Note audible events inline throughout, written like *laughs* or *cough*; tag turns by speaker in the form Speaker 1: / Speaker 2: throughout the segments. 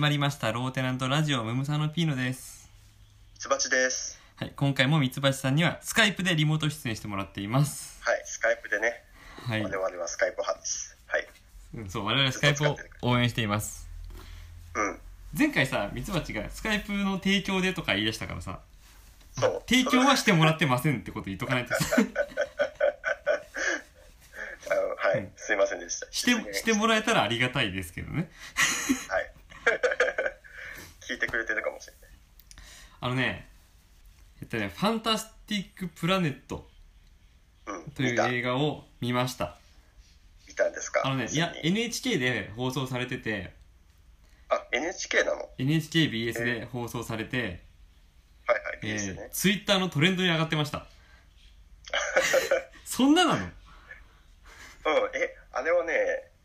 Speaker 1: まりましたローテナントラジオムムサノピーノです
Speaker 2: つばちです。
Speaker 1: はい今回も三橋さんにはスカイプでリモート出演してもらっています
Speaker 2: はい、スカイプでね、
Speaker 1: はい
Speaker 2: 我々はスカイプ派です。はい。
Speaker 1: うんそう我々スカイプを応援しています
Speaker 2: うん。
Speaker 1: 前回さ三橋がスカイプの提供でとか言い出したからさ
Speaker 2: そう。
Speaker 1: 提供はしてもらってませんってこと言っとかない *laughs* とさ
Speaker 2: あのはい、
Speaker 1: うん
Speaker 2: すいませんでした。
Speaker 1: してしてもらえたらありがたいですけどね
Speaker 2: はい。 *laughs* 聞いてくれてるかもしれない。
Speaker 1: あのねえっとね「ファンタスティック・プラネット」
Speaker 2: うん。
Speaker 1: とい
Speaker 2: 見
Speaker 1: う
Speaker 2: た
Speaker 1: 映画を見ました
Speaker 2: 見たんですか
Speaker 1: あのねいや
Speaker 2: つに
Speaker 1: NHK で放送されてて
Speaker 2: あ、NHK なのはい
Speaker 1: NHKBS で放送されて、
Speaker 2: はい、
Speaker 1: え
Speaker 2: BS ね。
Speaker 1: ツイッター Twitter のトレンドに上がってました
Speaker 2: *laughs*
Speaker 1: そんななの
Speaker 2: うん、え、あれはね、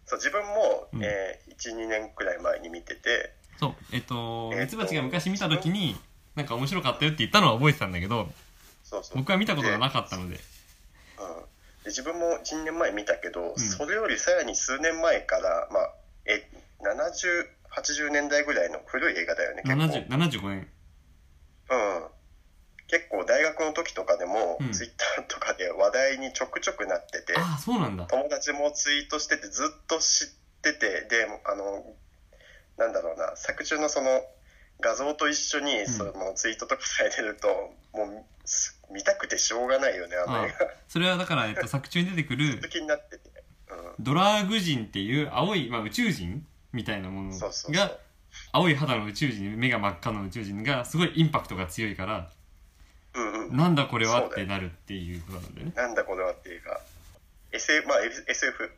Speaker 2: そう、自分も、
Speaker 1: うん
Speaker 2: えー、1、2年くらい前に見てて、
Speaker 1: そうえっと
Speaker 2: え
Speaker 1: ミ
Speaker 2: っ
Speaker 1: ツ
Speaker 2: と
Speaker 1: バチが昔見た時になんか面白かったよって言ったのは覚えてたんだけど
Speaker 2: そうそう。
Speaker 1: 僕は見たことがなかったので
Speaker 2: うん、で自分も1年前見たけど、
Speaker 1: ん
Speaker 2: それよりさらに数年前から、まあ、え7080年代ぐらいの古い映画だよね結構,、
Speaker 1: 70 75年
Speaker 2: うん、結構大学の時とかでも、
Speaker 1: うん
Speaker 2: ツイッターとかで話題にちょくちょくなってて
Speaker 1: ああそうなんだ
Speaker 2: 友達もツイートしててずっと知っててであのなんだろうな作中のその画像と一緒にそのツイートとかされてると、もうす見たくてしょうがないよねあの映画
Speaker 1: それはだから、えっと、作中に出てくる
Speaker 2: 好きになってて、うん、
Speaker 1: ドラーグ人っていう青い、まあ、宇宙人みたいなもの
Speaker 2: そうそうそう
Speaker 1: が青い肌の宇宙人目が真っ赤の宇宙人がすごいインパクトが強いから
Speaker 2: うんうん
Speaker 1: なんだこれは
Speaker 2: そ
Speaker 1: っ
Speaker 2: うだ
Speaker 1: て
Speaker 2: よ
Speaker 1: なるっていうことなんだよね
Speaker 2: なんだこれはっていうか SF まあ SF,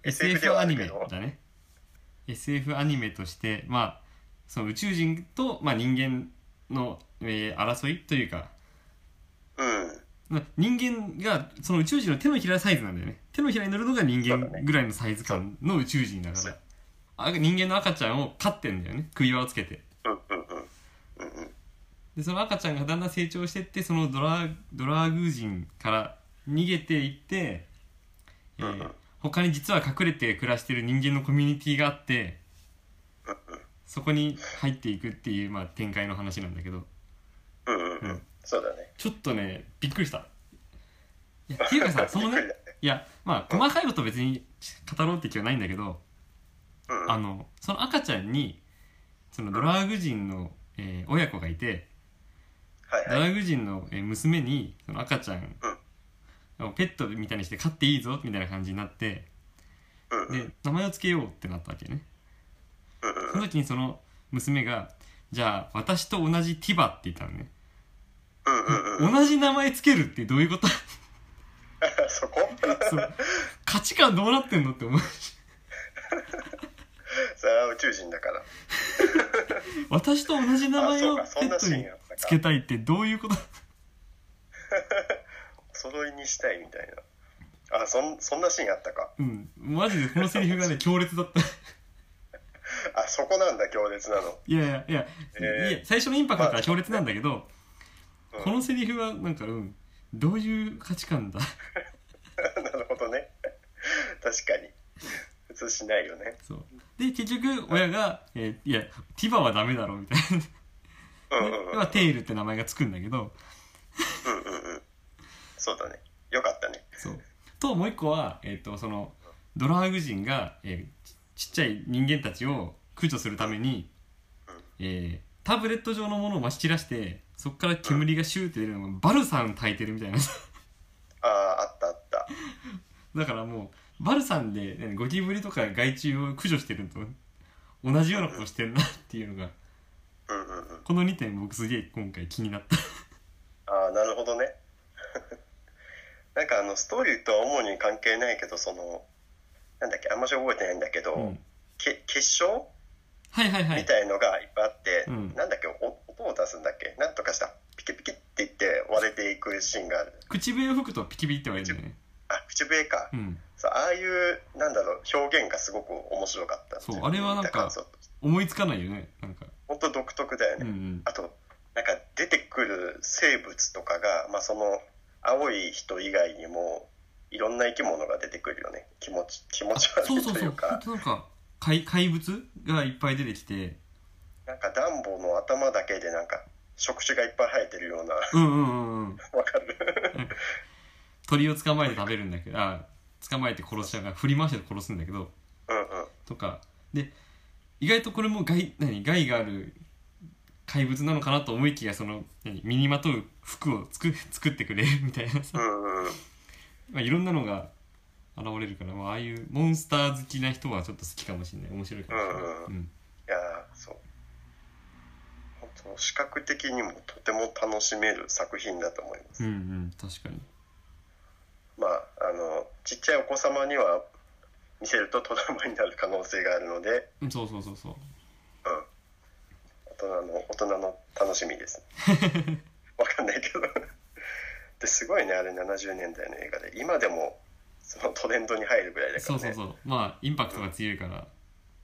Speaker 2: SF で
Speaker 1: SF
Speaker 2: はあ
Speaker 1: アニ
Speaker 2: るけ
Speaker 1: メ
Speaker 2: ど
Speaker 1: だね SF アニメとしてまあその宇宙人と、まあ、人間の、えー争いというか
Speaker 2: うん
Speaker 1: まあ人間がその宇宙人の手のひらサイズなんだよね手のひらに乗るのが人
Speaker 2: そうだ
Speaker 1: 間
Speaker 2: ね
Speaker 1: ぐらいのサイズ感の宇宙人だか
Speaker 2: そ
Speaker 1: ら
Speaker 2: う
Speaker 1: あ人間の赤ちゃんを飼ってんだよね首輪をつけて
Speaker 2: うんうんうんうんうん
Speaker 1: でその赤ちゃんがだんだん成長してってそのドラドラーグ人から逃げていって、えー
Speaker 2: うんうん
Speaker 1: 他に実は隠れて暮らしてる人間のコミュニティがあってそこに入っていくっていう、まあ、展開の話なんだけど
Speaker 2: うんうんうんうん、
Speaker 1: うん
Speaker 2: そうだね
Speaker 1: ちょっとねびっくりしたいやっていうかさその
Speaker 2: *laughs* びっ
Speaker 1: ね
Speaker 2: くりだ
Speaker 1: いやまあ細かいこと別に語ろうって気はないんだけど
Speaker 2: うんうん
Speaker 1: あのその赤ちゃんにそのドラァグ人の、えー親子がいて
Speaker 2: はい
Speaker 1: ド
Speaker 2: はい
Speaker 1: ラァグ人のえー娘にその赤ちゃんをペットみたいにして飼っていいぞみたいな感じになって
Speaker 2: うんうん
Speaker 1: で名前を付けようってなったわけね
Speaker 2: うん
Speaker 1: その時にその娘がじゃあ私と同じティバって言ったのね
Speaker 2: うんうんうんうん
Speaker 1: 同じ名前つけるってどういうこと
Speaker 2: そこ
Speaker 1: そう価値観どうなってんのって思うし
Speaker 2: それは宇宙人だから
Speaker 1: 私と同じ名前を
Speaker 2: あそうかそ
Speaker 1: ペ
Speaker 2: ん
Speaker 1: ッ
Speaker 2: な
Speaker 1: ト
Speaker 2: シーン
Speaker 1: に
Speaker 2: やったか
Speaker 1: つけたいってどういうこと
Speaker 2: お揃いにしたいみたいなあそんそんなシーンあったか
Speaker 1: うんマジでこのセリフ
Speaker 2: *laughs*
Speaker 1: がね強烈だったい
Speaker 2: あそこなんだ強烈なの、
Speaker 1: やいやいや,、
Speaker 2: えー
Speaker 1: いや最初のインパクトから強烈なんだけど、
Speaker 2: うん
Speaker 1: このセリフはなんかうんどういう価値観だ
Speaker 2: なるほどね確かに普通しないよね
Speaker 1: そうで結局親が、えーいやティバはダメだろ」みたいな
Speaker 2: うんうんうん
Speaker 1: でまあテイルって名前がつくんだけど
Speaker 2: うんうんうんそうだねよかったね
Speaker 1: そうともう一個は、えっとそのドラハグ人が、えーちちっちゃい人間たちを駆除するために、えータブレット状のものをまき散らしてそこから煙がシューって出るのがバルサン炊いてるみたいな *laughs*
Speaker 2: あああったあった
Speaker 1: だからもうバルサンで何ゴキブリとか害虫を駆除してるのと同じようなことしてんなっていうのが
Speaker 2: うんうんうん
Speaker 1: この2点僕すげえ今回気になった
Speaker 2: ああなるほどね *laughs* なんかあのストーリーとは主に関係ないけどそのなんだっけあんまし覚えてないんだけど、
Speaker 1: うん
Speaker 2: け結晶
Speaker 1: はいはいはい
Speaker 2: みたいのがいっぱいあって、
Speaker 1: うん
Speaker 2: なんだっけお音を出すんだっけなんとかしたピキピキって言って割れていくシーンがある
Speaker 1: 口笛を吹くとピキピキって言われるんだよね
Speaker 2: あ口笛か、
Speaker 1: うん
Speaker 2: そうああいうなんだろう表現がすごく面白かった
Speaker 1: そうあれはなんか
Speaker 2: 感想
Speaker 1: 思いつかないよねなんか
Speaker 2: 本当独特だよ
Speaker 1: うん
Speaker 2: ね、
Speaker 1: うん
Speaker 2: あとなんか出てくる生物とかが、まあ、その青い人以外にもいろんな生き物が出てくるよね気持ち気持
Speaker 1: あ
Speaker 2: ち
Speaker 1: そう
Speaker 2: 悪い
Speaker 1: そう
Speaker 2: と
Speaker 1: そ
Speaker 2: いうう
Speaker 1: ほん
Speaker 2: か
Speaker 1: となんか怪怪物がいっぱい出てきて
Speaker 2: なんかダンボの頭だけでなんか触手がいっぱい生えてるような *laughs*
Speaker 1: うんうんうんうん
Speaker 2: わかる *laughs*
Speaker 1: 鳥を捕まえて食べるんだけどあ捕まえて殺しちゃうから振り回して殺すんだけど
Speaker 2: うんうん
Speaker 1: とかで意外とこれも害何害がある怪物なのかなと思いきやその何身にまとう服を作作ってくれるみたいなさ、 *laughs*
Speaker 2: うんうん
Speaker 1: まあ、いろんなのが現れるから、まあ、ああいうモンスター好きな人はちょっと好きかもしれない面白いかもしれない、
Speaker 2: うんうん
Speaker 1: うん
Speaker 2: いやーそう本当視覚的にもとても楽しめる作品だと思います、
Speaker 1: うんうん確かに
Speaker 2: まああのちっちゃいお子様には見せるとトラウマになる可能性があるので、
Speaker 1: うんそうそうそうそう
Speaker 2: うん、大人の大人の楽しみです
Speaker 1: *laughs*
Speaker 2: わかんないけどですごいねあれ70年代の映画で今でもそのトレンドに入るぐらいだか
Speaker 1: そう
Speaker 2: らね
Speaker 1: そうそうまあインパクトが強いから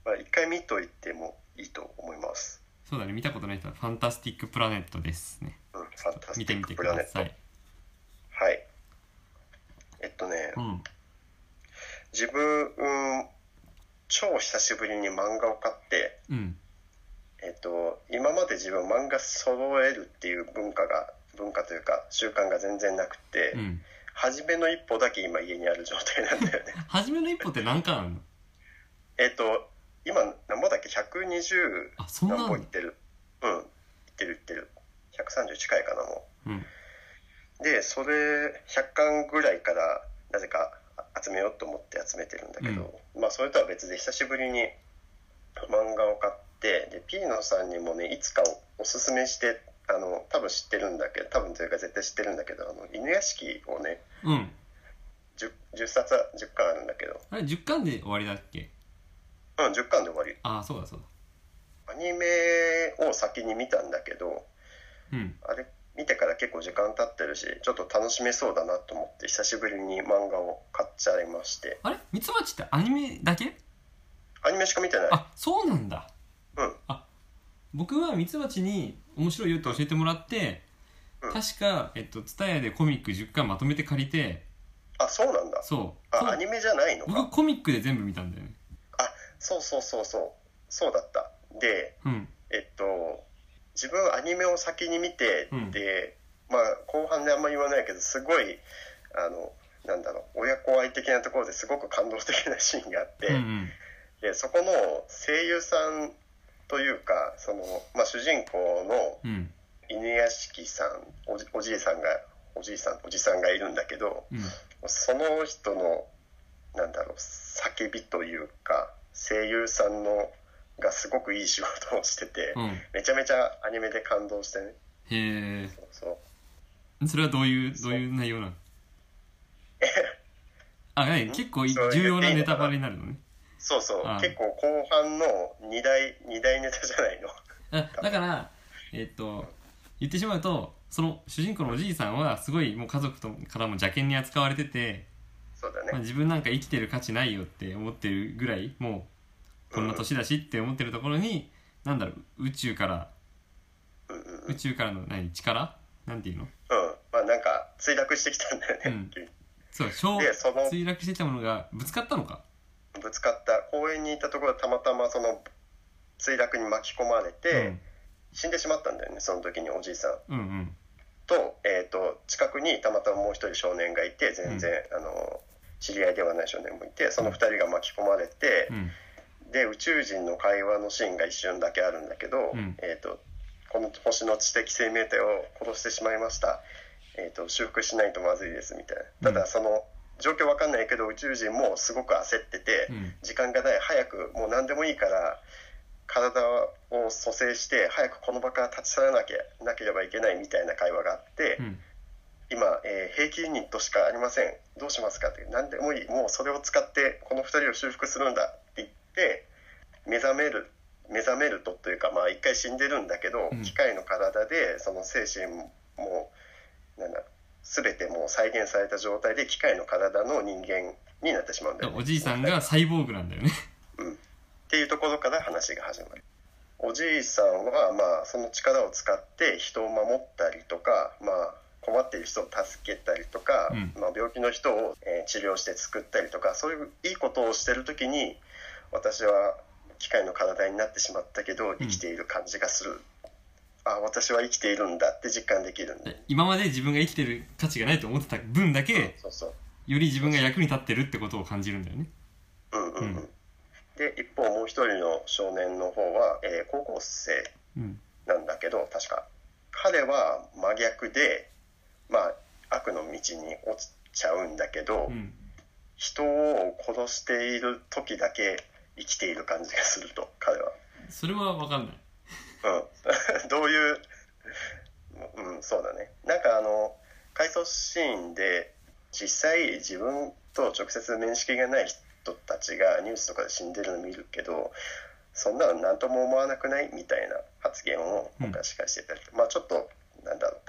Speaker 2: まあ、一回見といてもいいと思います、
Speaker 1: そうだね見たことない人は「ファンタスティック・プラネット」ですね
Speaker 2: うん、ファンタス
Speaker 1: 見
Speaker 2: テ
Speaker 1: て
Speaker 2: ィ
Speaker 1: み
Speaker 2: ック
Speaker 1: て
Speaker 2: プ
Speaker 1: く
Speaker 2: ラネ
Speaker 1: だ
Speaker 2: ット
Speaker 1: さい
Speaker 2: はいえっとね、
Speaker 1: うん
Speaker 2: 自分、うん超久しぶりに漫画を買って、
Speaker 1: うん
Speaker 2: えっと、今まで自分漫画揃えるっていう文化が文化というか習慣が全然なくて、
Speaker 1: うん
Speaker 2: 初めの一歩だけ今家にある状態なんだ
Speaker 1: *laughs*
Speaker 2: よね
Speaker 1: 初めの一歩って何巻あるの
Speaker 2: えっと今何本だっけ120
Speaker 1: あそんな
Speaker 2: 何
Speaker 1: ん
Speaker 2: 本
Speaker 1: だ
Speaker 2: いってるうんいってるいってる130近いかなも
Speaker 1: うん
Speaker 2: うでそれ100巻ぐらいからなぜか集めようと思って集めてるんだけど、まあそれとは別で久しぶりに漫画を買ってでピーノさんにもねいつかおおすすめしてあの多分知ってるんだけど多分というか絶対知ってるんだけどあの犬屋敷をね
Speaker 1: うん
Speaker 2: 10, 10冊10巻あるんだけど
Speaker 1: あれ10巻で終わりだっけ
Speaker 2: うん10巻で終わり
Speaker 1: ああそうだそうだ
Speaker 2: アニメを先に見たんだけど
Speaker 1: うん
Speaker 2: あれ見てから結構時間経ってるしちょっと楽しめそうだなと思って久しぶりに漫画を買っちゃいまして
Speaker 1: あれミツバチってアニメだけ
Speaker 2: アニメしか見てない
Speaker 1: あそうなんだ
Speaker 2: うん
Speaker 1: 僕はミツバチに面白いよって教えてもらって
Speaker 2: うん
Speaker 1: 確か、えっと、ツタヤでコミック10巻まとめて借りて
Speaker 2: あそうなんだ
Speaker 1: そうそ
Speaker 2: あア
Speaker 1: う
Speaker 2: ニメじゃないの
Speaker 1: 僕
Speaker 2: か
Speaker 1: コミックで全部見たんだよね
Speaker 2: そうそうそうそうそうだったで
Speaker 1: うん
Speaker 2: えっと自分アニメを先に見て、
Speaker 1: うん
Speaker 2: でまあ後半であんま言わないけどすごいあのなんだろう親子愛的なところですごく感動的なシーンがあって、
Speaker 1: うんうん
Speaker 2: でそこの声優さんというかその、まあ、主人公の
Speaker 1: うん
Speaker 2: 犬屋敷さんおじおじいさんがおじいさんおじさんがいるんだけど
Speaker 1: うん
Speaker 2: その人のなんだろう叫びというか声優さんのがすごくいい仕事をしてて、
Speaker 1: うん
Speaker 2: めちゃめちゃアニメで感動してね
Speaker 1: へ
Speaker 2: そうそう
Speaker 1: えそれはどういうどういう内 *laughs* 容なのあ何結構い
Speaker 2: それ
Speaker 1: 重要なネタバレになるのね
Speaker 2: そうそう
Speaker 1: あ
Speaker 2: 結構後半の2大二大ネタじゃないの
Speaker 1: あだからえっと言ってしまうとその主人公のおじいさんはすごいもう家族とからも邪険に扱われてて、
Speaker 2: そうだ
Speaker 1: まあ、
Speaker 2: ね
Speaker 1: 自分なんか生きてる価値ないよって思ってるぐらいもうこんな年だしって思ってるところに、なんだろう宇宙から
Speaker 2: うんうんうん
Speaker 1: 宇宙からの何力なんていうの
Speaker 2: うんまあなんか墜落してきたんだよね、
Speaker 1: うんそう小
Speaker 2: でその
Speaker 1: 墜落してきたものがぶつかったのか
Speaker 2: ぶつかった公園にいたところたまたまその墜落に巻き込まれて、死んでしまったんだよねその時におじいさん
Speaker 1: うん、うんうん
Speaker 2: と,、えー、と近くにたまたまもう一人少年がいて全然、あの知り合いではない少年もいてその二人が巻き込まれて
Speaker 1: う、ん
Speaker 2: で宇宙人の会話のシーンが一瞬だけあるんだけど、
Speaker 1: うん
Speaker 2: えー、とこの星の知的生命体を殺してしまいました、えー、と修復しないとまずいですみたいなた
Speaker 1: う
Speaker 2: だ
Speaker 1: ん
Speaker 2: その状況わかんないけど宇宙人もすごく焦ってて、
Speaker 1: うん
Speaker 2: 時間がない早くもう何でもいいから体を蘇生して早くこの場から立ち去らなきゃなければいけないみたいな会話があって、
Speaker 1: うん
Speaker 2: 今、えー、兵器ユニットしかありませんどうしますかって何でもいいもうそれを使ってこの2人を修復するんだって言って目覚める目覚めるとというかまあ一回死んでるんだけど、
Speaker 1: うん
Speaker 2: 機械の体でその精神もなんだ全てもう再現された状態で機械の体の人間になってしまうんだよ、ね、
Speaker 1: おじいさんがサイボーグなんだよね *laughs*
Speaker 2: っていうところから話が始まるおじいさんはまあその力を使って人を守ったりとか、まあ、困っている人を助けたりとか、
Speaker 1: うん
Speaker 2: まあ、病気の人をえー治療して救ったりとかそういういいことをしてる時に私は機械の体になってしまったけど生きている感じがする、あ私は生きているんだって実感できるんで、
Speaker 1: 今まで自分が生きてる価値がないと思ってた分だけ
Speaker 2: そうそう
Speaker 1: より自分が役に立ってるってことを感じるんだよね
Speaker 2: うんうんうん
Speaker 1: うん
Speaker 2: で一方もう一人の少年の方は、えー高校生
Speaker 1: うん
Speaker 2: なんだけど確か彼は真逆でまあ悪の道に落ちちゃうんだけど、
Speaker 1: うん
Speaker 2: 人を殺している時だけ生きている感じがすると彼は、
Speaker 1: それは分かんない
Speaker 2: うん、 *laughs* どういううんそうだねなんかあの回想シーンで実際自分と直接面識がない人たちがニュースとかで死んでるの見るけどそんなの何とも思わなくないみたいな発言を今回司会してたりと、まあちょっとなんだろう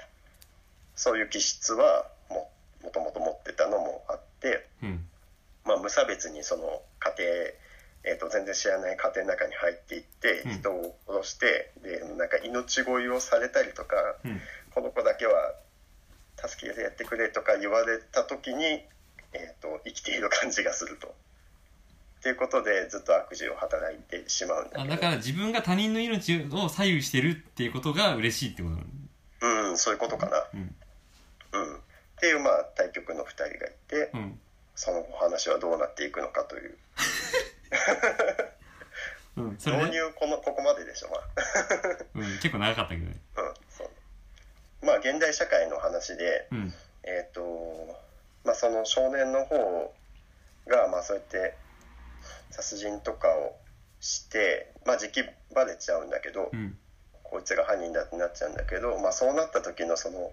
Speaker 2: そういう気質はももともと持ってたのもあって
Speaker 1: うん
Speaker 2: まあ、無差別にその家庭、えー、と全然知らない家庭の中に入っていって
Speaker 1: うん
Speaker 2: 人を殺して、でなんか命乞いをされたりとか
Speaker 1: うん
Speaker 2: この子だけは助けてやってくれとか言われた時に、えー、と生きている感じがすると。っていうことでずっと悪事を働いてしまうんだ
Speaker 1: あ
Speaker 2: けど
Speaker 1: だから自分が他人の命を左右してるっていうことが嬉しいってことなん
Speaker 2: うんそういうことか
Speaker 1: だうん
Speaker 2: な、うん、っていうまあ対局の2人がいて
Speaker 1: うん
Speaker 2: そのお話はどうなっていくのかという
Speaker 1: うん、そ
Speaker 2: 導
Speaker 1: れね、
Speaker 2: 入このここまででしょまあ
Speaker 1: うん、結構長かったけどね。
Speaker 2: うんそうまあ現代社会の話で、
Speaker 1: うん、
Speaker 2: えーとまあ、その少年の方が、まあ、そうやって殺人とかをして、まあ、時期バレちゃうんだけど、
Speaker 1: うん、
Speaker 2: こいつが犯人だってなっちゃうんだけど、まあ、そうなった時のその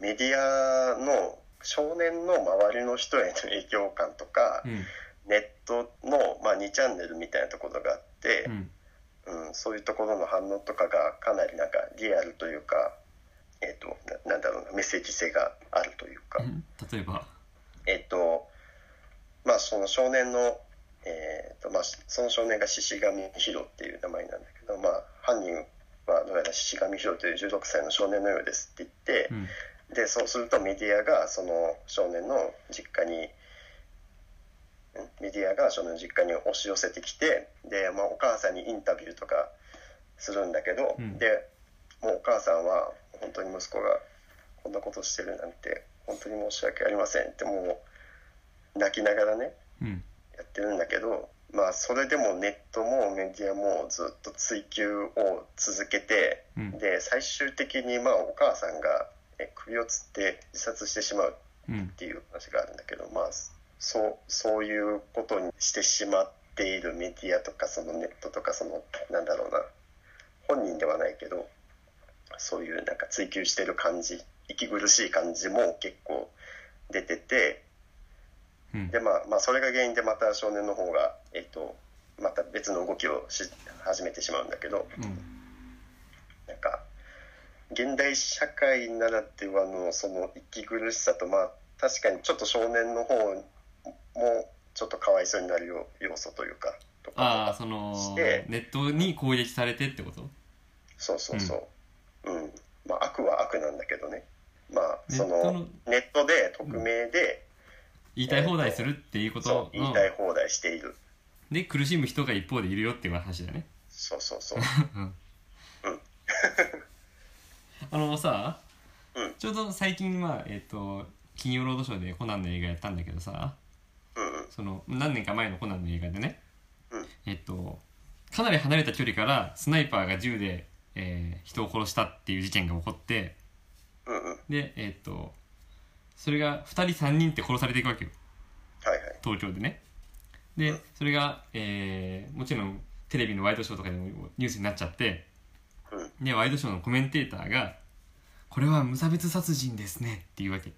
Speaker 2: メディアの少年の周りの人への影響感とか、
Speaker 1: うん、
Speaker 2: ネットの、まあ、2チャンネルみたいなところがあって。
Speaker 1: うん、
Speaker 2: うん、そういうところの反応とかがかなりなんかリアルというか、えっとななんだろうなメッセージ性があるというか、
Speaker 1: うん例えば、
Speaker 2: えっとまあ、その少年の、えっとまあ、その少年が獅子神ヒロっていう名前なんだけど、まあ、犯人はどうやら獅子神ヒロという16歳の少年のようですって言って
Speaker 1: う、ん、
Speaker 2: でそうするとメディアがその少年の実家にうんメディアが少年の実家に押し寄せてきてで、まあ、お母さんにインタビューとかするんだけど、
Speaker 1: うん
Speaker 2: でもうお母さんは本当に息子がこんなことしてるなんて本当に申し訳ありませんってもう泣きながらね
Speaker 1: うん、
Speaker 2: やってるんだけど、まあ、それでもネットもメディアもずっと追及を続けて。
Speaker 1: うん、
Speaker 2: で最終的にまあお母さんがえ首をつって自殺してしまう
Speaker 1: うん
Speaker 2: っ、ていう話があるんだけど、まあ、そうそういうことにしてしまっているメディアとかそのネットとかそのなんだろうな本人ではないけどそういうなんか追求してる感じ息苦しい感じも結構出てて
Speaker 1: うん
Speaker 2: で、まあ、まあそれが原因でまた少年の方が、えっと、また別の動きをし始めてしまうんだけど。
Speaker 1: うん、
Speaker 2: なんか現代社会ならではのその息苦しさとまあ確かにちょっと少年の方もちょっとかわいそうになるよ要素というかと
Speaker 1: ああ、
Speaker 2: か
Speaker 1: その
Speaker 2: して、
Speaker 1: ネットに攻撃されてってこと
Speaker 2: そうそうそう、うんまあ、悪は悪なんだけどねまあ
Speaker 1: ネッ
Speaker 2: そ
Speaker 1: トの
Speaker 2: のネットで匿名で、
Speaker 1: 言いたい放題するっていうこ
Speaker 2: そ
Speaker 1: と
Speaker 2: う言い
Speaker 1: の
Speaker 2: たい放題している、
Speaker 1: で苦しむ人が一方でいるよっていう話だね。
Speaker 2: そうそうそう
Speaker 1: うんあのさ、
Speaker 2: うん
Speaker 1: ちょうど最近まあえっ、と金曜ロードショーでコナンの映画やったんだけどさ
Speaker 2: うんうん
Speaker 1: その何年か前のコナンの映画でね、
Speaker 2: うん
Speaker 1: えっとかなり離れた距離からスナイパーが銃で、えー人を殺したっていう事件が起こって
Speaker 2: うんうんはい
Speaker 1: でえっとそれが2人3人って殺されていくわけよ
Speaker 2: はい
Speaker 1: 東京でねでそれが、えーもちろんテレビのワイドショーとかでもニュースになっちゃって
Speaker 2: うん
Speaker 1: でワイドショーのコメンテーターが「これは無差別殺人ですね」っていうわけ、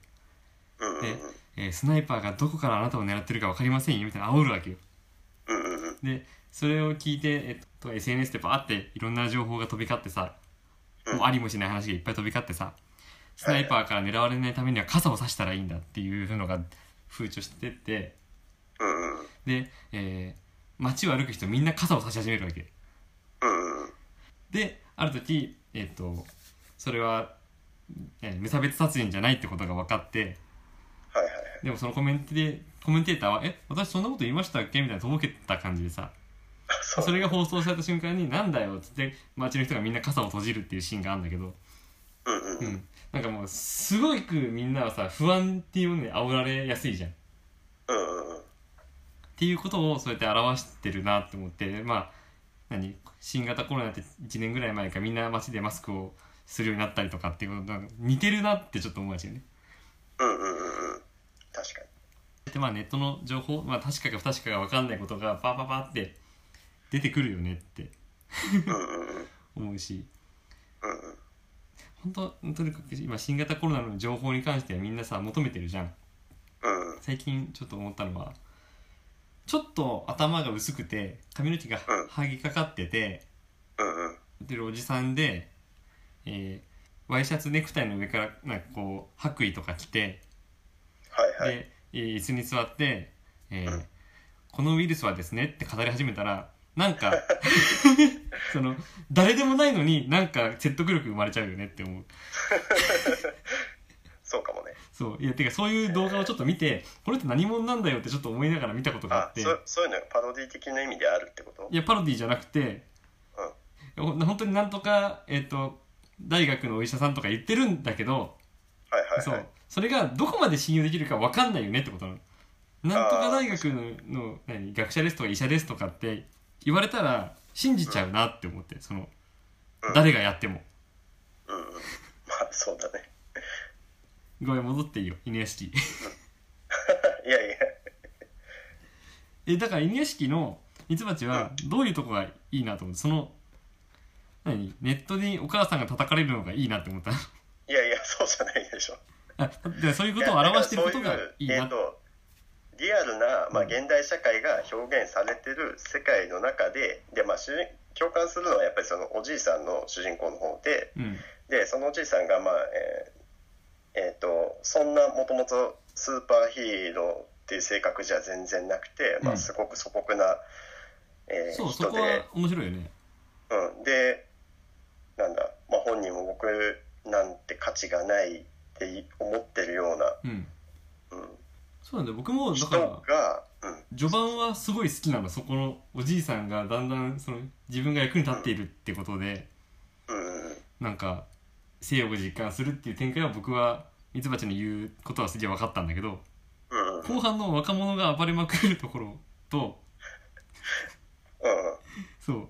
Speaker 2: うんうん
Speaker 1: でえースナイパーがどこからあなたを狙ってるか分かりませんよみたいな煽るわけよ
Speaker 2: うんうんうん
Speaker 1: でそれを聞いて、えっと、SNS でバーっていろんな情報が飛び交ってさ、
Speaker 2: うん
Speaker 1: もうありもしない話がいっぱい飛び交ってさスナイパーから狙われないためには傘を差したらいいんだっていうのが風潮してって
Speaker 2: うんうん
Speaker 1: で、えー街を歩く人みんな傘を差し始めるわけ
Speaker 2: うんうん
Speaker 1: である時、えっとそれは、えー無差別殺人じゃないってことが分かって
Speaker 2: はいはいはい
Speaker 1: でもそのコメンテコメンテーターは「え私そんなこと言いましたっけ?」みたいなとぼけた感じでさ
Speaker 2: あそう
Speaker 1: それが放送された瞬間に「なんだよ」っつって街の人がみんな傘を閉じるっていうシーンがあるんだけど、
Speaker 2: うんうんう
Speaker 1: うんん、なんかもうすごくみんなはさ不安っていうものに煽られやすいじゃん。っ
Speaker 2: うんうんうん
Speaker 1: ていうことをそうやって表してるなって思ってまあ何新型コロナって1年ぐらい前からみんな街でマスクをするようになったりとかっていうことなんか似てるなってちょっと思うしね。
Speaker 2: うんうんうんうん確かに
Speaker 1: でまあネットの情報、まあ、確かか不確かか分かんないことがパーパーパーって出てくるよねって
Speaker 2: うんうんうんうん
Speaker 1: 思うし
Speaker 2: うん
Speaker 1: 本当とにかく今新型コロナの情報に関してはみんなさ求めてるじゃん
Speaker 2: うんうん
Speaker 1: 最近ちょっと思ったのはちょっと頭が薄くて髪の毛が
Speaker 2: うん
Speaker 1: はぎかかってて
Speaker 2: うんうん
Speaker 1: ってるおじさんで、えーワイシャツネクタイの上からなんかこう白衣とか着て
Speaker 2: はいはい
Speaker 1: で、えー椅子に座って、えー
Speaker 2: うん
Speaker 1: このウイルスはですね」って語り始めたらなんか *laughs* その誰でもないのになんか説得力生まれちゃうよねって思う
Speaker 2: そうかもね
Speaker 1: そういやてかそういう動画をちょっと見てこれって何者なんだよってちょっと思いながら見たことがあ
Speaker 2: あ
Speaker 1: って
Speaker 2: そそういうのがパロディ的な意味であるってこと
Speaker 1: いやパロディじゃなくてほ本当になんとか、えっと大学のお医者さんとか言ってるんだけど
Speaker 2: はいはいはい
Speaker 1: そうそれがどこまで信用できるか分かんないよねってことなの。なんとか大学のの何学者ですとか医者ですとかって言われたら信じちゃうなって思ってその
Speaker 2: うん
Speaker 1: 誰がやっても。
Speaker 2: うんうんまあそうだね
Speaker 1: ごめん戻っていいよ犬屋敷
Speaker 2: いやいや
Speaker 1: *laughs* えだから犬屋敷のミツバチはどういうとこがいいなと思ってその何ネットにお母さんが叩かれるのがいいなって思った *laughs*
Speaker 2: いやいやそうじゃないでしょ
Speaker 1: あでそういうことを表してることがいい
Speaker 2: や
Speaker 1: な
Speaker 2: だ
Speaker 1: って
Speaker 2: からそううえーとリアルな、まあ、
Speaker 1: うん
Speaker 2: 現代社会が表現されてる世界の中で,、でまあ、主人共感するのはやっぱりそのおじいさんの主人公の方で
Speaker 1: うん
Speaker 2: でそのおじいさんが、まあえーえーとそんなもともとスーパーヒーローっていう性格じゃ全然なくて、ま
Speaker 1: う
Speaker 2: あ、
Speaker 1: ん
Speaker 2: すごく素朴な、えー
Speaker 1: そうそ
Speaker 2: 人
Speaker 1: こ
Speaker 2: で。
Speaker 1: は面白いよね
Speaker 2: うん、でなんだ、まあ、本人も僕なんて価値がないって思ってるよう
Speaker 1: うん
Speaker 2: な、
Speaker 1: そうなんだよ僕も
Speaker 2: うん、
Speaker 1: だ
Speaker 2: 人
Speaker 1: から
Speaker 2: が、うん、
Speaker 1: 序盤はすごい好きなのそこのおじいさんがだんだんその自分が役に立っているってことで
Speaker 2: うんうん
Speaker 1: なんか性欲を実感するっていう展開は僕はミツバチの言うことはすげえ分かったんだけど
Speaker 2: うんうんうん
Speaker 1: 後半の若者が暴れまくるところとそう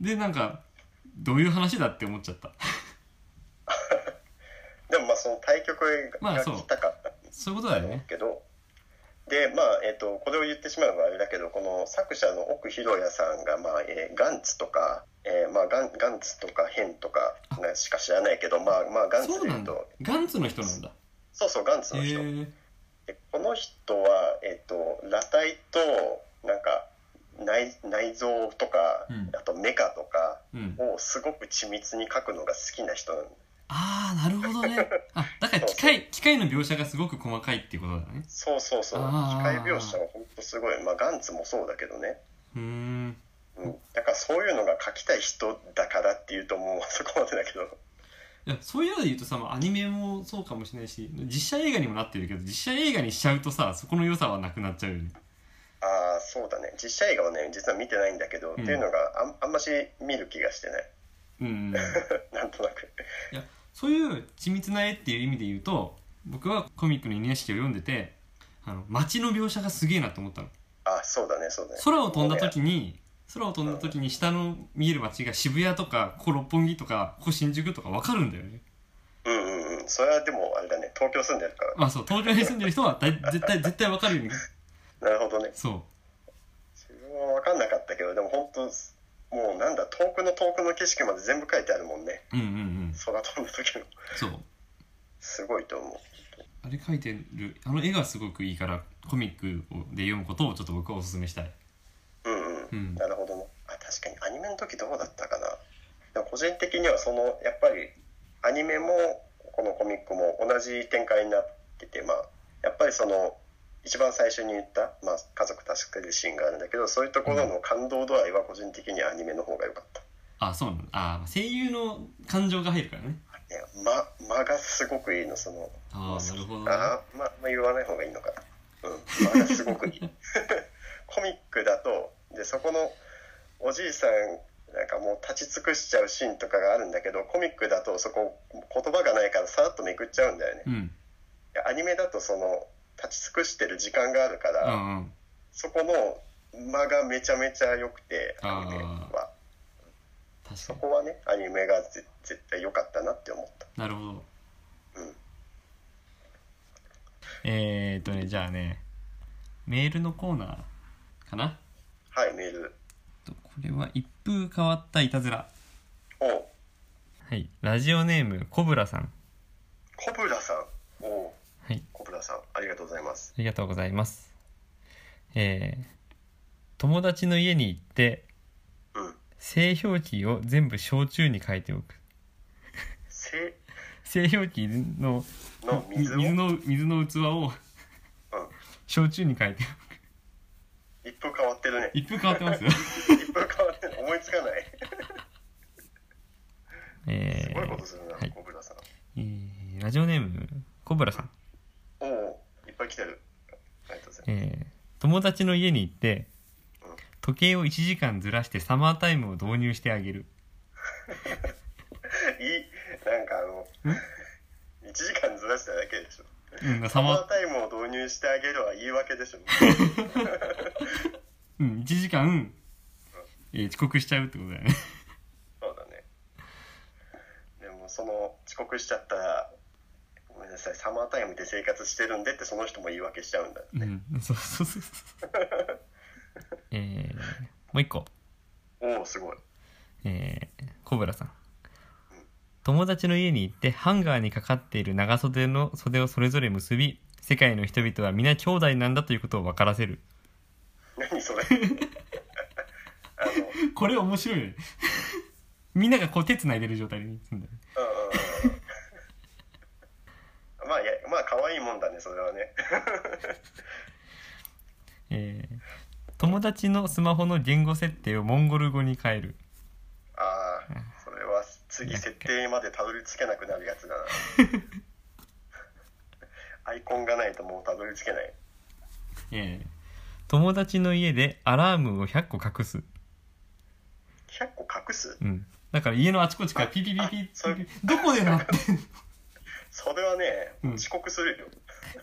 Speaker 1: でなんかどういう話だって思っちゃった
Speaker 2: でもまあその対局
Speaker 1: まあ
Speaker 2: が
Speaker 1: そう
Speaker 2: 来たかったんで
Speaker 1: そういうことだよね
Speaker 2: すけど、でまあえっ、とこれを言ってしまうのはあれだけどこの作者の奥弘也さんが、まあえーガンツとか、えーまあ、ガンガンツとかヘンとかしか知らないけどまあまあガンツ
Speaker 1: そう
Speaker 2: で
Speaker 1: なん
Speaker 2: 言う
Speaker 1: だ
Speaker 2: と
Speaker 1: ガンツの人なんだ
Speaker 2: そうそうガンツ
Speaker 1: へえ
Speaker 2: の人。
Speaker 1: ー、
Speaker 2: でこの人は、えっと裸体となんか内内臓とか、
Speaker 1: うん
Speaker 2: あとメカとか
Speaker 1: うん
Speaker 2: をすごく緻密に描くのが好きな人なの
Speaker 1: ああなるほどねあだから機械機械の描写がすごく細かいっていうことだね
Speaker 2: そうそうそう機
Speaker 1: あー
Speaker 2: 械描写は本当すごい、まあ、ガンツもそうだけどね、
Speaker 1: うーん
Speaker 2: うん、だからそういうのが描きたい人だからっていうともう *laughs* そこまでだけど
Speaker 1: いやそういうので言うとさまあアニメもそうかもしれないし実写映画にもなってるけど実写映画にしちゃうとさそこの良さはなくなっちゃうよね
Speaker 2: ああそうだね実写映画はね実は見てないんだけど、
Speaker 1: ん
Speaker 2: っていうのがあんあんまし見る気がしてない *laughs*
Speaker 1: うん
Speaker 2: なんとなく
Speaker 1: そういう緻密な絵っていう意味で言うと僕はコミックの「犬屋敷」を読んでてあの街の描写がすげえなと思ったの
Speaker 2: あそうだねそうだね
Speaker 1: 空を飛んだ時に空を飛んだ時に下の見える街が渋谷とかここ六本木とかここ新宿とか分かるんだよね
Speaker 2: うんうんうんそれはでもあれだね東京住んでるから
Speaker 1: まあそう東京に住んでる人はだい絶対絶対分かるよね
Speaker 2: なるほどね
Speaker 1: そう
Speaker 2: 自分は分かんなかったけどでも本当もうなんだ遠くの遠くの景色まで全部書いてあるもんね
Speaker 1: うんうんうん
Speaker 2: 空飛んだ時の
Speaker 1: そう
Speaker 2: すごいと思
Speaker 1: あれ描いてるあの絵がすごくいいからコミックをで読むことをちょっと僕はおすすめしたい、
Speaker 2: ううんうん、
Speaker 1: うん、
Speaker 2: なるほどねあ確かにアニメの時どうだったかなでも個人的にはそのやっぱりアニメもこのコミックも同じ展開になっててまあやっぱりその一番最初に言った、まあ、家族助けるシーンがあるんだけどそういうところの感動度合いは個人的にはアニメの方が良かった
Speaker 1: あそうなんだあ声優の感情が入るからね
Speaker 2: いや間間がすごくいいのその
Speaker 1: ああなるほどね
Speaker 2: あーまあ、まあ、言わない方がいいのか *laughs* な。うん、まあ、すごくいい。コミックだと、で、そこの、おじいさんなんかもう立ち尽くしちゃうシーンとかがあるんだけどコミックだとそこ言葉がないからさらっとめくっちゃうんだよね
Speaker 1: うん
Speaker 2: アニメだとその立ち尽くしてる時間があるか
Speaker 1: う
Speaker 2: ら、
Speaker 1: んうん
Speaker 2: そこの間がめちゃめちゃ良くて
Speaker 1: あー
Speaker 2: アニメは
Speaker 1: 確か
Speaker 2: そ
Speaker 1: に
Speaker 2: こはねアニメがぜ絶対良かったなって思った
Speaker 1: なるほど
Speaker 2: うん
Speaker 1: えー、っとねじゃあねメールのコーナーかな
Speaker 2: はいメール
Speaker 1: えっとこれは一風変わったいたずら
Speaker 2: お
Speaker 1: はいラジオネームコブラさん
Speaker 2: コブラさんお
Speaker 1: はい
Speaker 2: コブラさんありがとうございます
Speaker 1: ありがとうございます。えー友達の家に行って、
Speaker 2: うん
Speaker 1: 製氷機を全部焼酎に変えておく。
Speaker 2: せ
Speaker 1: 製氷機の
Speaker 2: の
Speaker 1: み
Speaker 2: 水を
Speaker 1: 水の水の器を
Speaker 2: うん
Speaker 1: 焼酎に変えて
Speaker 2: 一風変わってるね
Speaker 1: 一風変わって
Speaker 2: *laughs*
Speaker 1: ますよ、
Speaker 2: 一風変わってる思いつかない
Speaker 1: え
Speaker 2: すごいことするな、
Speaker 1: はい
Speaker 2: コブラさん
Speaker 1: ーえーラジオネームコブラさん、
Speaker 2: おおいっぱい来てるありがとうございま
Speaker 1: えー友達の家に行って
Speaker 2: うん
Speaker 1: 時計を1時間ずらしてサマータイムを導入してあげる
Speaker 2: すいいなんかあの1時間ずらしただけでしょ
Speaker 1: うん
Speaker 2: サ
Speaker 1: サ
Speaker 2: マ
Speaker 1: マ
Speaker 2: ータイムを導入してあげるは言い
Speaker 1: *laughs*
Speaker 2: 訳でしょ
Speaker 1: うん1時間、えー遅刻しちゃうってことだよね
Speaker 2: そうだねでもその遅刻しちゃったらごめんなさいサマータイムで生活してるんでってその人も言い訳しちゃうんだ
Speaker 1: うん、 *laughs* そうそうそうそう。 *laughs* えー、もう一個、
Speaker 2: おおすごい
Speaker 1: えー、コブラさん。友達の家に行ってハンガーにかかっている長袖の袖をそれぞれ結び、世界の人々は皆兄弟なんだということを分からせる。
Speaker 2: 何それあのうんう
Speaker 1: *laughs*
Speaker 2: ん
Speaker 1: これ面白いね。 *laughs* みんながこう手繋いでる状態にすんだよね
Speaker 2: うんうんまあ *laughs* いやまあ可愛いもんだねそれはね
Speaker 1: えー友達のスマホの言語設定をモンゴル語に変える。
Speaker 2: ああそれは次設定までたどり着けなくなるや
Speaker 1: *laughs*
Speaker 2: つだなアイコンがないともうたどり着けない
Speaker 1: えー友達の家でアラームを100個隠す。
Speaker 2: 100個隠す
Speaker 1: うん。だから家のあちこちからピピピピ
Speaker 2: あそれ
Speaker 1: ピピどこで鳴ってんの
Speaker 2: それはね、
Speaker 1: うん
Speaker 2: 遅刻するよ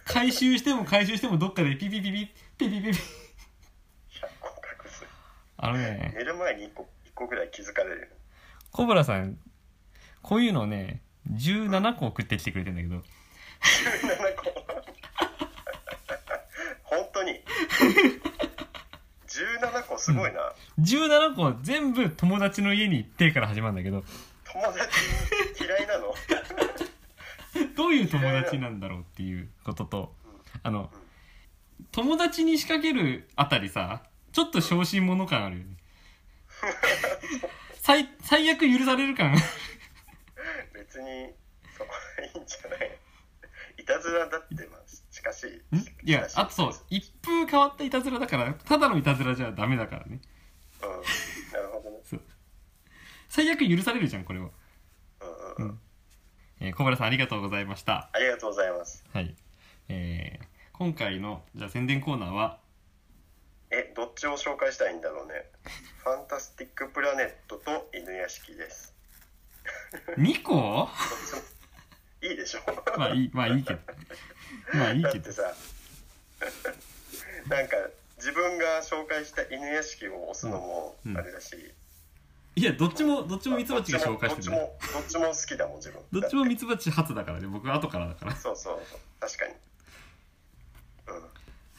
Speaker 1: 回収しても回収してもどっかでピピピピピピピピ
Speaker 2: 100個隠す
Speaker 1: あのね
Speaker 2: 寝る前に1個一個ぐらい気づかれる
Speaker 1: コブラさんこういうのね17個送ってきてくれてんだけど
Speaker 2: 17個 *laughs* 本
Speaker 1: *laughs*
Speaker 2: 当に17個すごいな、
Speaker 1: 17個は全部友達の家に行ってから始まるんだけど
Speaker 2: 友達嫌いなの
Speaker 1: どういう友達なんだろうっていうこととあの友達に仕掛けるあたりさちょっと小心者感あるよ
Speaker 2: *laughs*
Speaker 1: ね最最悪許される感
Speaker 2: 別にそういいんじゃないいたずらだってまあ近しい
Speaker 1: んいやあとそう一風変わったいたずらだからただのいたずらじゃダメだからね
Speaker 2: うんなるほどね
Speaker 1: 最悪許されるじゃんこれは
Speaker 2: うんうん、うん、
Speaker 1: えー小原さんありがとうございました。
Speaker 2: ありがとうございます
Speaker 1: はい。えー今回のじゃあ宣伝コーナーは、
Speaker 2: えどっちを紹介したいんだろうねファンタスティックプラネットと犬屋敷です
Speaker 1: 2個
Speaker 2: どっちもいいでしょ
Speaker 1: まあいい、まあいいけど。まあいい
Speaker 2: だっ
Speaker 1: け
Speaker 2: て
Speaker 1: ど。
Speaker 2: さ *laughs* なんか自分が紹介した犬屋敷を押すのも
Speaker 1: うん
Speaker 2: あれだし、
Speaker 1: いや、どっちも、どっちもミツ
Speaker 2: ど
Speaker 1: バ
Speaker 2: っ
Speaker 1: チ
Speaker 2: ち
Speaker 1: が
Speaker 2: も
Speaker 1: 紹介してる、ね。
Speaker 2: どっちもどっちも好きだもん自分
Speaker 1: どっちも
Speaker 2: だ
Speaker 1: ミツバチ初だからね。僕は後からだから
Speaker 2: て。そうそうそう確かに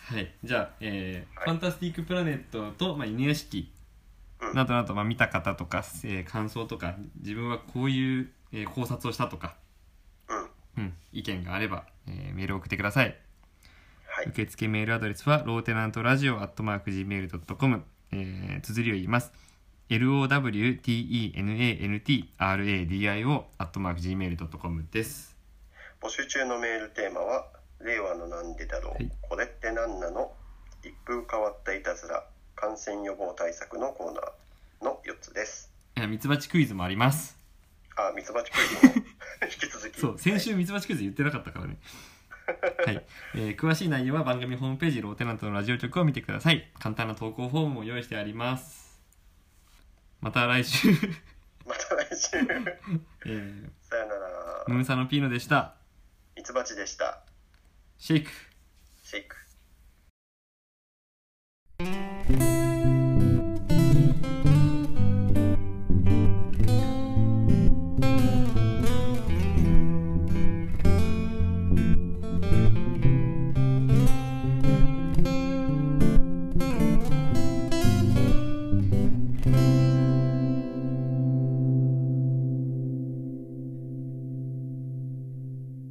Speaker 1: はい。じゃあ、えー
Speaker 2: はい
Speaker 1: ファンタスティックプラネットと、まあ、犬屋敷
Speaker 2: うん
Speaker 1: などなど、まあ、見た方とか、えー感想とか、自分はこういう、えー考察をしたとか、
Speaker 2: うんうん
Speaker 1: うん、意見があれば、えーメールを送ってください。
Speaker 2: はい
Speaker 1: 受付メールアドレスはローテナントラジオアットマーク Gmail.com えー綴りを言います LOWTENANTRADIO アットマーク Gmail.com です
Speaker 2: 募集中のメールテーマは「令和のなんでだろう、
Speaker 1: はい
Speaker 2: これって何なの?」一風変わったいたずら感染予防対策のコーナーの4つです
Speaker 1: えーミツバチクイズもあります
Speaker 2: あミツバチクイズ
Speaker 1: *laughs*
Speaker 2: も引き続き
Speaker 1: そう先週ミツバチクイズ言ってなかったからねはい、えー詳しい内容は番組ホームページローテナントのラジオ局を見てください簡単な投稿フォームも用意してありますまた来週、
Speaker 2: また来週
Speaker 1: えー、
Speaker 2: さよなら
Speaker 1: ムムサノピーノでした
Speaker 2: ミツバチでした
Speaker 1: シェイク
Speaker 2: シェイク